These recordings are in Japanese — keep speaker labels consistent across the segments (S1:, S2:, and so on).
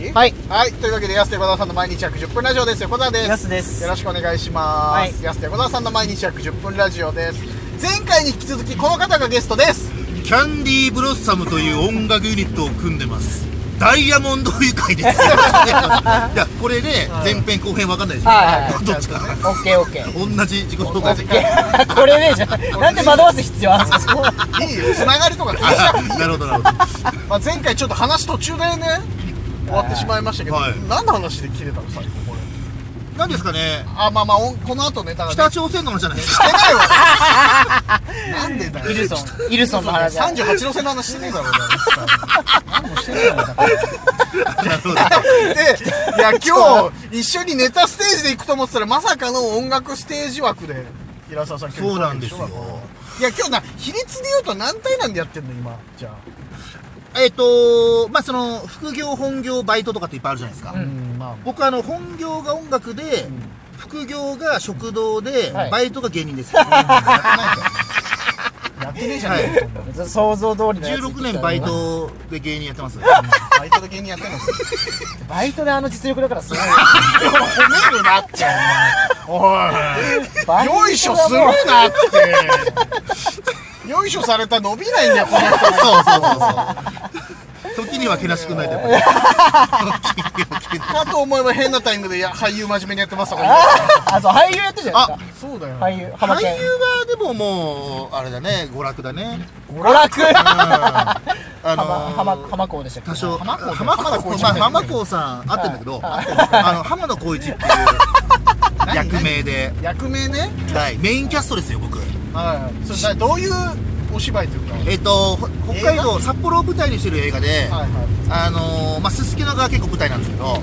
S1: い
S2: はい
S1: はいというわけで安手小沢さんの毎日約10分ラジオです横澤です
S2: やすです
S1: よろしくお願いします、
S2: はい
S1: 安手小沢さんの毎日約10分ラジオです前回に引き続きこの方がゲストです
S3: キャンディーブロッサムという音楽ユニットを組んでますダイヤモンド愉快ですい やこれで前編後編わかんないでしょ、
S2: はいはい
S3: どっちか
S2: オッケーオッケー
S3: 同じ自己紹 介
S2: いやこれねじゃなんで惑わす必要あるんですか
S1: いいよつながりとか気にしなくていい
S3: あなるほどなるほど
S1: まあ、前回ちょっと話途中でね終わってしまいましたけど、
S3: はい
S1: 何の話で切れたの最後これ
S3: 何ですかね
S1: あまあまあおんこの後ネタが
S3: 北
S1: ね
S3: 朝鮮の話じゃないです
S1: し
S3: か
S1: てないわなんでだよ
S2: イルソンイルソンの話だ
S1: 38の線の話してねえだろうな何もしてねえんだよ
S3: なるほど
S1: でいや 今日一緒にネタステージで行くと思ってたらまさかの音楽ステージ枠で平沢さん来てくれた
S3: そうなんですよ
S1: いや今日な比率で言うと何対何でやってんの今じゃあ
S3: えっとまあその副業本業バイトとかっていっぱいあるじゃないですか、
S1: うんまあ
S3: 僕あの本業が音楽で、副業が食堂で、
S2: はい
S3: バイトが芸 人です、よ
S1: やってねえじゃねえかと思う
S2: 想像通りのやつ
S3: 16年バイトで芸人やってます
S1: バイトで芸人やってんの
S2: バイトであの実力だからすごい
S1: 褒めるなってお
S2: バ
S1: い
S2: イトがもう
S1: よいしょするなってよいしょされたら伸びないん だよこの人
S3: そうそうそうそう。時にはけなしくないとやっぱり。
S1: かと思えば変なタイミングでいや俳優真面目にやってますとか言う
S2: あそう俳優やってるじゃないです
S1: そうだよ
S2: か俳優浜
S3: 俳優
S2: 県
S3: はでももうあれだね、娯楽だね。
S2: 娯楽
S3: あの
S2: 浜浜
S3: ー
S2: 浜港でしたっけ
S3: 多少
S2: 浜港
S3: 浜
S1: 浜田
S3: 浜子
S1: 浩一
S3: まあ浜子さんあってんだけど、あの浜田浩一っていう
S1: 何
S3: 役名で、
S1: 役名ね
S3: はいメインキャストですよ僕。
S1: はいそれなどういうお芝居というか
S3: えっとほ北海道札幌を舞台にしてる映画で、
S1: はいはい
S3: あのーまあすすきのが結構舞台なんですけど。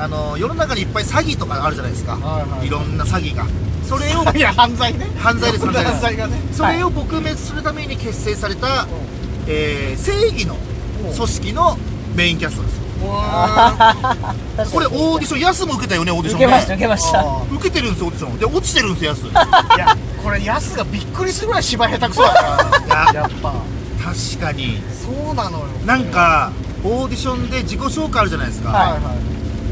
S3: あのー世の中にいっぱい詐欺とかあるじゃないですか、
S1: はいはい
S3: いろんな詐欺がそれを
S1: いや犯罪ね
S3: 犯罪です犯罪 です
S1: 犯罪がね
S3: それを撲滅するために結成された、えー正義の組織のメインキャストです
S1: あ
S3: これオーディションヤスも受けたよねオーディシ
S2: 受
S3: ョンね
S2: けました受けました
S1: あ
S3: 受けてるんですよオーディションで落ちてるんですよヤス
S1: いやこれヤスがびっくりするぐらい芝居下手くそだから
S3: い
S1: やっぱ
S3: 確かに
S1: そうなのよ
S3: なんかオーディションで自己紹介あるじゃないですか、
S2: はい
S1: はいはい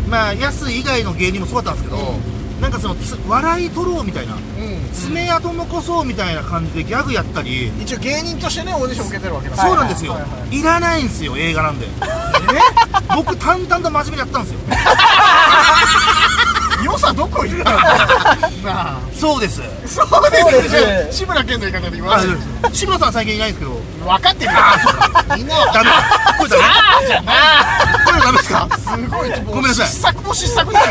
S3: まあヤス以外の芸人もそうだったんですけど、なんかそのつ笑い取ろうみたいな
S1: うん
S3: 爪痕残そうみたいな感じでギャグやったり、
S1: 一応芸人としてねオーディション受けてるわけだから
S3: そうなんですよ、
S1: はいはい
S3: いらないんですよ映画 なんで僕淡々と真面目にやったんですよ
S1: 良さどこ行ったのなあ
S3: そうです
S1: そうです
S2: そう
S1: ね
S2: です
S1: 志村けんの言い方で言わ
S3: あ
S1: ない分
S3: 志村さん最近いないんですけど
S1: かってるからみんなは
S3: ダメこれダメ これダメですか
S1: すごいもう
S3: ごめんなさい
S1: 失策も失策だよ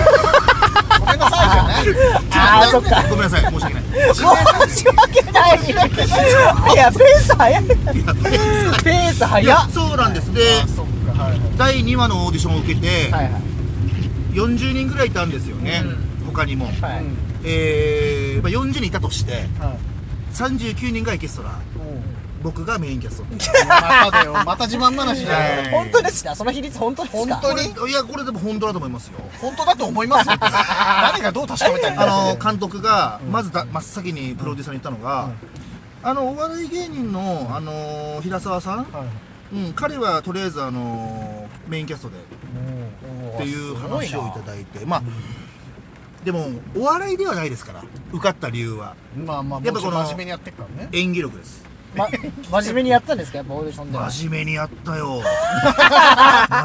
S1: ごめんなさいじゃない
S2: あーそっか
S3: ごめんなさい申し訳ない
S2: 申し訳ないいやペース早いペース
S3: い
S2: 早
S3: や
S2: っ
S3: そうなんですで
S1: あ そっかはいはい
S3: 第2話のオーディションを受けて
S2: はいはい
S3: 40人ぐらいいたんですよね他にも
S2: はい
S3: えーまあ40人いたとして
S1: はい
S3: 39人ぐらいゲスト
S1: お
S3: ラ
S1: う
S3: 僕がメインキャスト
S1: まただよまた自慢話だ よ
S3: はい
S2: 本当ですかその比率本当ですか
S1: 本当に
S3: これいやこれでも本当だと思いますよ
S1: 本当だと思います 誰がどう確かめたんだ
S3: あの
S1: ろ
S3: 監督がまずだ真っ先にプロデューサーに言ったのが、あのお笑い芸人の、あの平沢さん、うん、彼はとりあえず、あのメインキャストでっていう話をいただいてまあ、でもお笑いではないですから受かった理由は
S1: まあまあ
S3: や
S1: も
S3: っぱ
S1: ちろ
S3: この
S1: ん真面目にやってっからね
S3: 演技力です
S2: ま、 真面目にやったんですかやっぱオーディションでは
S3: 真面目にやった よ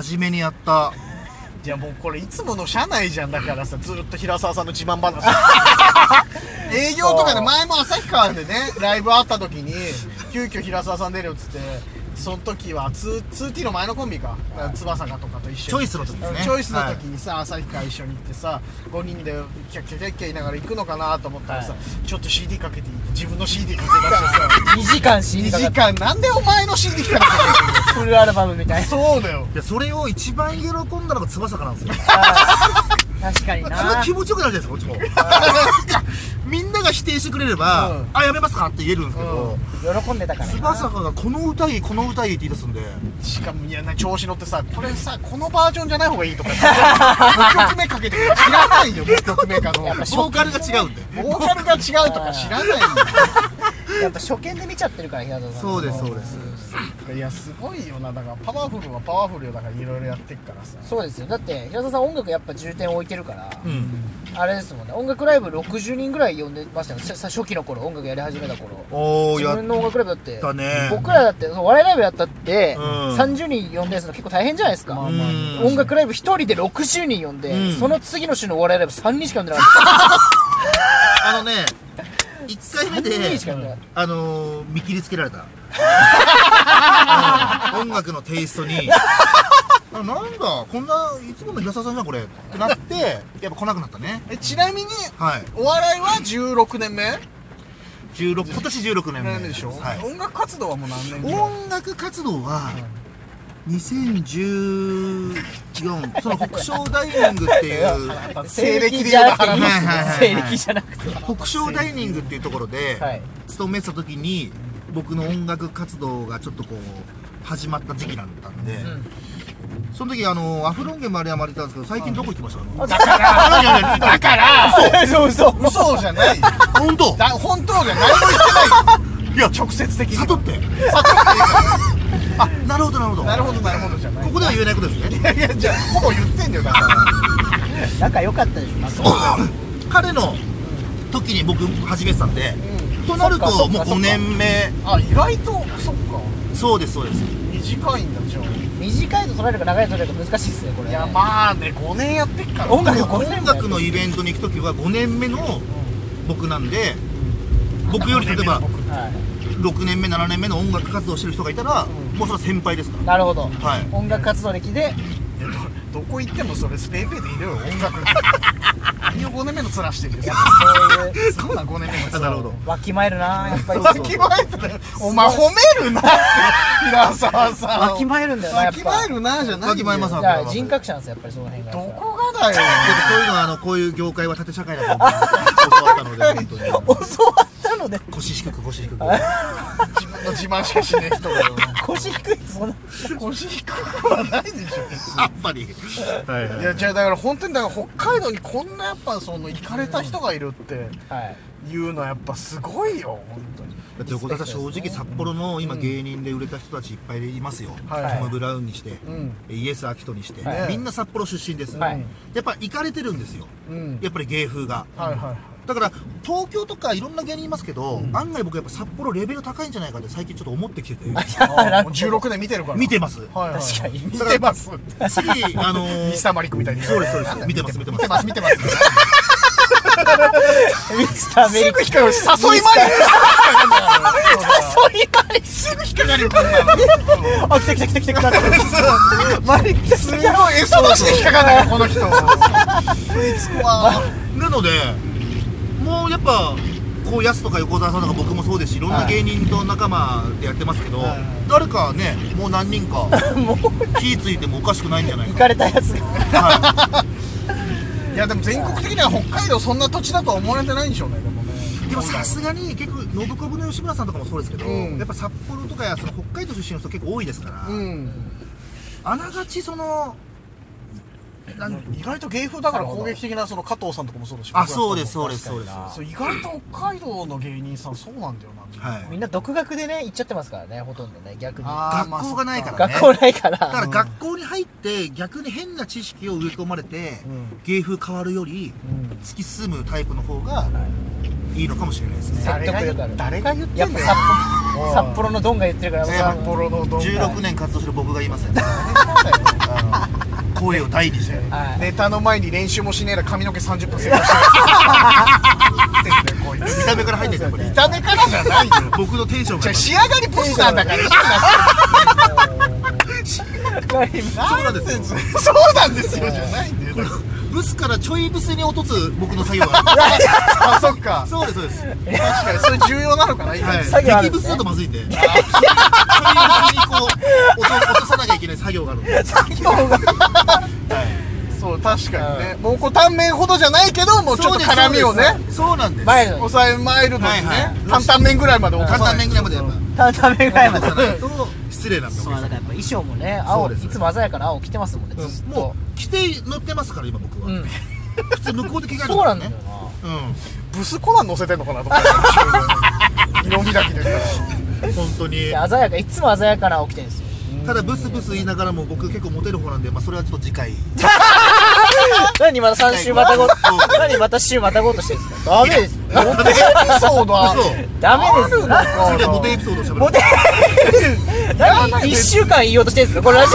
S3: 真面目にやった
S1: いやもうこれいつもの社内じゃんだ からさずっと平沢さんの自慢話営業とかで前も旭川でねライブあった時に急遽平沢さん出るよっつってその時は 2- 2T の前のコンビか翼がとかと一緒に
S3: チョイスの時ですね
S1: チョイスの時にさ旭川一緒に行ってさ5人でキャッキャキャッキャ言いながら行くのかなと思ったらさちょっと CD かけていいって自分の CD かけ出してさ
S2: 2時間死
S1: 2
S2: にかかっ
S1: 時間なんでお前の CD かけて
S2: たフルアルバムみたいな
S1: そうだよ
S3: でそれを一番喜んだのが翼かなんですよ
S2: 確かに
S3: それは
S2: な
S3: 気持ちよくなるじゃないですかこっちもなんかみんなが否定してくれれば、
S1: うん
S3: あやめますかって言えるんですけど、
S2: 喜んでたからな
S3: 翼がこの歌いいこの歌いいって言い出すんで
S1: しかもいやな調子乗ってさこれさこのバージョンじゃない方がいいとか5曲目かけてくる知らないよ5曲目かの
S2: ぱし
S3: ボーカルが違うんで
S1: ボーカルが違うとか知らないよ
S2: やっぱ初見で見ちゃってるから平田さん
S3: そうですそうです
S1: いやすごいよなだからパワフルはパワフルよだからいろいろやってっからさ
S2: そうですよだって平田さん音楽やっぱ重点置いてるから、
S3: うん
S2: あれですもんね音楽ライブ60人ぐらい呼んでましたよささ初期の頃音楽やり始めた頃
S3: おお
S2: 自
S3: や
S2: 分の音楽ライブだって
S3: たね
S2: 僕らだってその笑いライブやったって、
S3: うん
S2: 30人呼んですの結構大変じゃないですか、
S1: まあ
S3: うん
S2: 音楽ライブ1人で60人呼んで、
S3: うん
S2: その次の週のお笑いライブ3人しか呼んでなかっ
S3: あのね1回目
S2: た3
S3: で
S2: 人しか呼んでなかっ
S3: あのー、見切りつけられたうん音楽のテイストにあなんだこんないつもの平沢さんじゃんこれってなってやっぱ来なくなったね
S1: えちなみに
S3: はい
S1: お笑いは16年目
S3: 16今年16年目
S1: なんでしょ、
S3: はい
S1: 音楽活動はもう何年ぐらい
S3: 音楽活動は2014その北昇ダイニングっていう
S2: た
S1: 西暦で
S2: じ
S1: 言う
S2: ゃな
S1: と
S2: くていい
S3: はいはいはい
S2: 西暦じゃなくて
S3: 北昇ダイニングっていうところで
S2: はい
S3: 勤めてた時に僕の音楽活動がちょっとこう始まった時期だったんで、その時あのアフロンゲ丸山でいたんですけど最近どこ行きましたあの
S1: だからだから
S2: そう嘘
S1: 嘘じゃないよ
S3: 本当
S1: だ本当じゃ何も言ってないよいや直接的に
S3: 悟ってあなるほどなるほど
S1: なるほどなるほどじゃない
S3: ここでは言えないことですね
S1: いやいやじゃあほぼ言ってんだよだから
S2: 仲良かったでしょ、
S3: 彼の時に僕始めてたんで、となると
S2: そっかそっか
S3: もう
S2: そっか
S3: 5年目
S1: あ意外とそっか
S3: そうですそうです
S1: 短いんだじゃあ
S2: 短いと捉えるか長いと捉えるか難しいですねこれね
S1: いやまあね5年やってっから
S2: 音楽
S1: い
S2: が
S3: 音
S2: 5年
S3: 楽のイベントに行く時は5年目の僕なんで僕より例え
S2: は
S3: ば6年目7年目の音楽活動してる人がいたらもうそれは先輩ですか
S2: いなるほど、
S3: はい
S2: 音楽活動歴で
S1: やどどこ行ってもそれスペイペイでいるよ音楽何を5年目の面してるんですよ
S2: そういう
S1: そんな5年目の
S3: ら
S1: 面
S3: なるほど
S2: わきまえるなやっぱり
S3: そう
S1: わ
S3: そう
S1: きまえてるお前褒めるなって平沢さん
S2: わきまえるんだよなや
S1: わ
S2: っ
S1: き
S2: ぱ
S1: まえるなじゃない
S3: わきまえます
S2: じゃあ人格者なんですよやっぱりその辺が
S1: どこがだよ
S3: でもそういうのはあのこういう業界は縦社会だと思って教わったので本 当に
S2: 教わったので
S3: 腰低く腰低く
S1: 自分の自慢しかしねえ人がよ
S2: 腰低いってそんな
S1: 腰低くはないでしょ
S3: やっぱりはい
S1: いやじゃあだから本当にだから北海道にこんなやっぱその行かれた人がいるって
S2: はい
S1: いうのはやっぱすごいよ本当に
S3: だって横田さん正直札幌の今芸人で売れた人たちいっぱいいますよ、
S1: はい
S3: トム・ブラウンにして、
S1: ん
S3: イエス・アキトにして、
S2: はい
S3: みんな札幌出身です、
S2: はい
S3: やっぱ行かれてるんですよ、
S1: うん
S3: やっぱり芸風が、
S1: はいはい はい
S3: だから東京とかいろんな芸人いますけど、案外僕やっぱ札幌レベル高いんじゃないかって最近ちょっと思ってきてて
S1: あもう16年見てるから
S3: 見てます、
S1: はいはい
S2: 確かに
S1: 見てます
S3: 次あのー
S1: ミスターマリックみたいに
S3: そうですそうです見てます見てます
S1: 見てます見て ます
S2: ミスターメリ
S1: すぐ
S2: ック
S1: 引っかかる誘い回り
S2: そういう感じすぐ引っかかるよこんな のあ来た来た来た来た来たマリック来た
S1: すごい S の足で引っかかんないこの人こいつは
S3: なのでもうやっぱこうやすとか横澤さんとか僕もそうですしいろんな芸人と仲間でやってますけど、誰かねもう何人 か火ついてもおかしくないんじゃない
S2: 行
S3: か
S2: かれたやつが
S1: いやでも全国的には北海道そんな土地だとは思われてないんでしょうねでもね
S3: でもさすがに結構信子の吉村さんとかもそうですけど、
S1: うん
S3: やっぱ札幌とかやその北海道出身の人結構多いですから、
S1: うん
S3: あながちそのなん
S1: 意外と芸風だから攻撃的なその加藤さんとかもそうだし
S3: あそうです
S1: 僕
S3: そう
S1: らと
S3: ですそうです
S1: かもそう意外と北海道の芸人さんそうなんだよな
S3: はい
S2: みんな独学でね行っちゃってますからねほとんどね逆に
S1: あーまあ
S3: 学校がないから
S2: 学校ないから
S3: だから学校に入って逆に変な知識を植え込まれて、
S1: ん
S3: 芸風変わるより
S1: うん
S3: 突き進むタイプの方がいいのかもしれないですね
S2: 説得力ある
S1: 誰が言って
S2: やっ
S1: ん
S2: ぱ
S1: だよ
S2: 札幌札幌のドンが言ってるから
S1: 札幌のどん
S3: 16年活動する僕が言いますよねあの声を大にして
S2: はい
S1: ネタの前に練習もしねえら髪の毛30分正解してるってんだよこいつ
S3: 見た目から入ってるんですよこ
S1: 痛めからじゃないよ
S3: れ僕のテンションが
S1: じゃあ仕上がりポスターだから
S3: そうなんですよ
S1: そうなんですよじゃないん だよだか
S3: ブスからちょいブスに落とす僕の作業が
S1: らあそっか
S3: そうですそうです、は
S1: 確かにそれ重要なのかな今
S3: い、
S2: 作業ある
S3: 激
S2: んで
S3: ブ
S2: す
S3: ス
S2: ね
S3: だとまずいんでちょいブスにこう落と落とさなきゃいけない作業があるんで
S2: 作業が
S1: そう確かにね蒙古タンメンほどじゃないけどもうちょっと辛みをね
S3: そうですそうなんです
S2: 前の
S1: 抑えマイルドにね、
S3: はいはい
S1: 担々麺ぐらいまで落と
S3: 簡
S1: さない
S3: 単面ぐらいまでやっぱ
S2: たためぐらいまで
S3: 落とさないと失礼なん で
S2: そうだからやっぱ衣装もね
S3: そ
S2: 青い
S3: うです
S2: つも鮮やかな青着てますもんねずっと
S3: もう着て乗ってますから今僕は、
S2: うん
S3: 普通向こうで着替える
S2: そうなんだよ
S3: ね
S2: な
S3: うん
S1: ブスコナン乗せてんのかなとか色開きですか
S3: 本当に
S2: 鮮やかいつも鮮やかな起きてるんですよ
S3: ただブスブス言いながらも僕結構モテる方なんで、まあ、それはちょっと次回
S2: 何また3週またご何また週またごうとしてるんですかダメです
S1: らモテエピソードある
S3: そう
S2: ダメです
S3: 次はモテエピソードをしゃべる
S2: モ テ何1週間言おうとしてるんですかこれラジ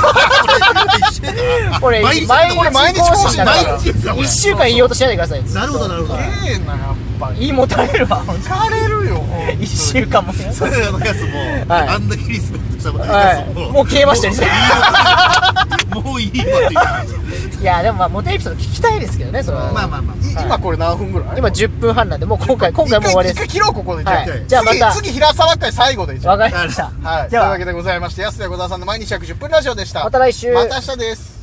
S2: オこれ
S3: 毎日
S2: 毎日
S3: これ
S1: 毎日
S2: 更新だか
S3: 毎日ですよ
S2: ら
S3: これ
S2: 1週間言おうとしないでください
S3: なるほどなるほど
S1: ええなやっぱり
S2: 言いもたれるわ
S1: 疲れるよ
S2: 1週間も
S3: それらのやつも、
S2: はい
S3: あんだけリスペクトしたことあるや
S2: は
S3: つ
S2: い
S3: も、
S2: もう消えましたよね
S3: もういいわって言って
S2: いやでもまあモテエピソード聞きたいですけどねその
S3: まあまあまあ
S1: い今これ何分ぐらい
S2: 今10分半なんでもう今回今回もう終わり
S1: 一
S2: で
S1: 回
S2: す
S1: 切ろうここでじゃあ、
S2: はい
S1: 次
S2: じゃあまた
S1: 次平沢会最後でじゃあ
S2: わかりました
S1: はい、と
S2: じ
S1: いう
S2: ゃ
S1: わ
S2: あ
S1: けでございまして安田小沢さんの毎日約10分ラジオでした
S2: また来週
S1: また明日です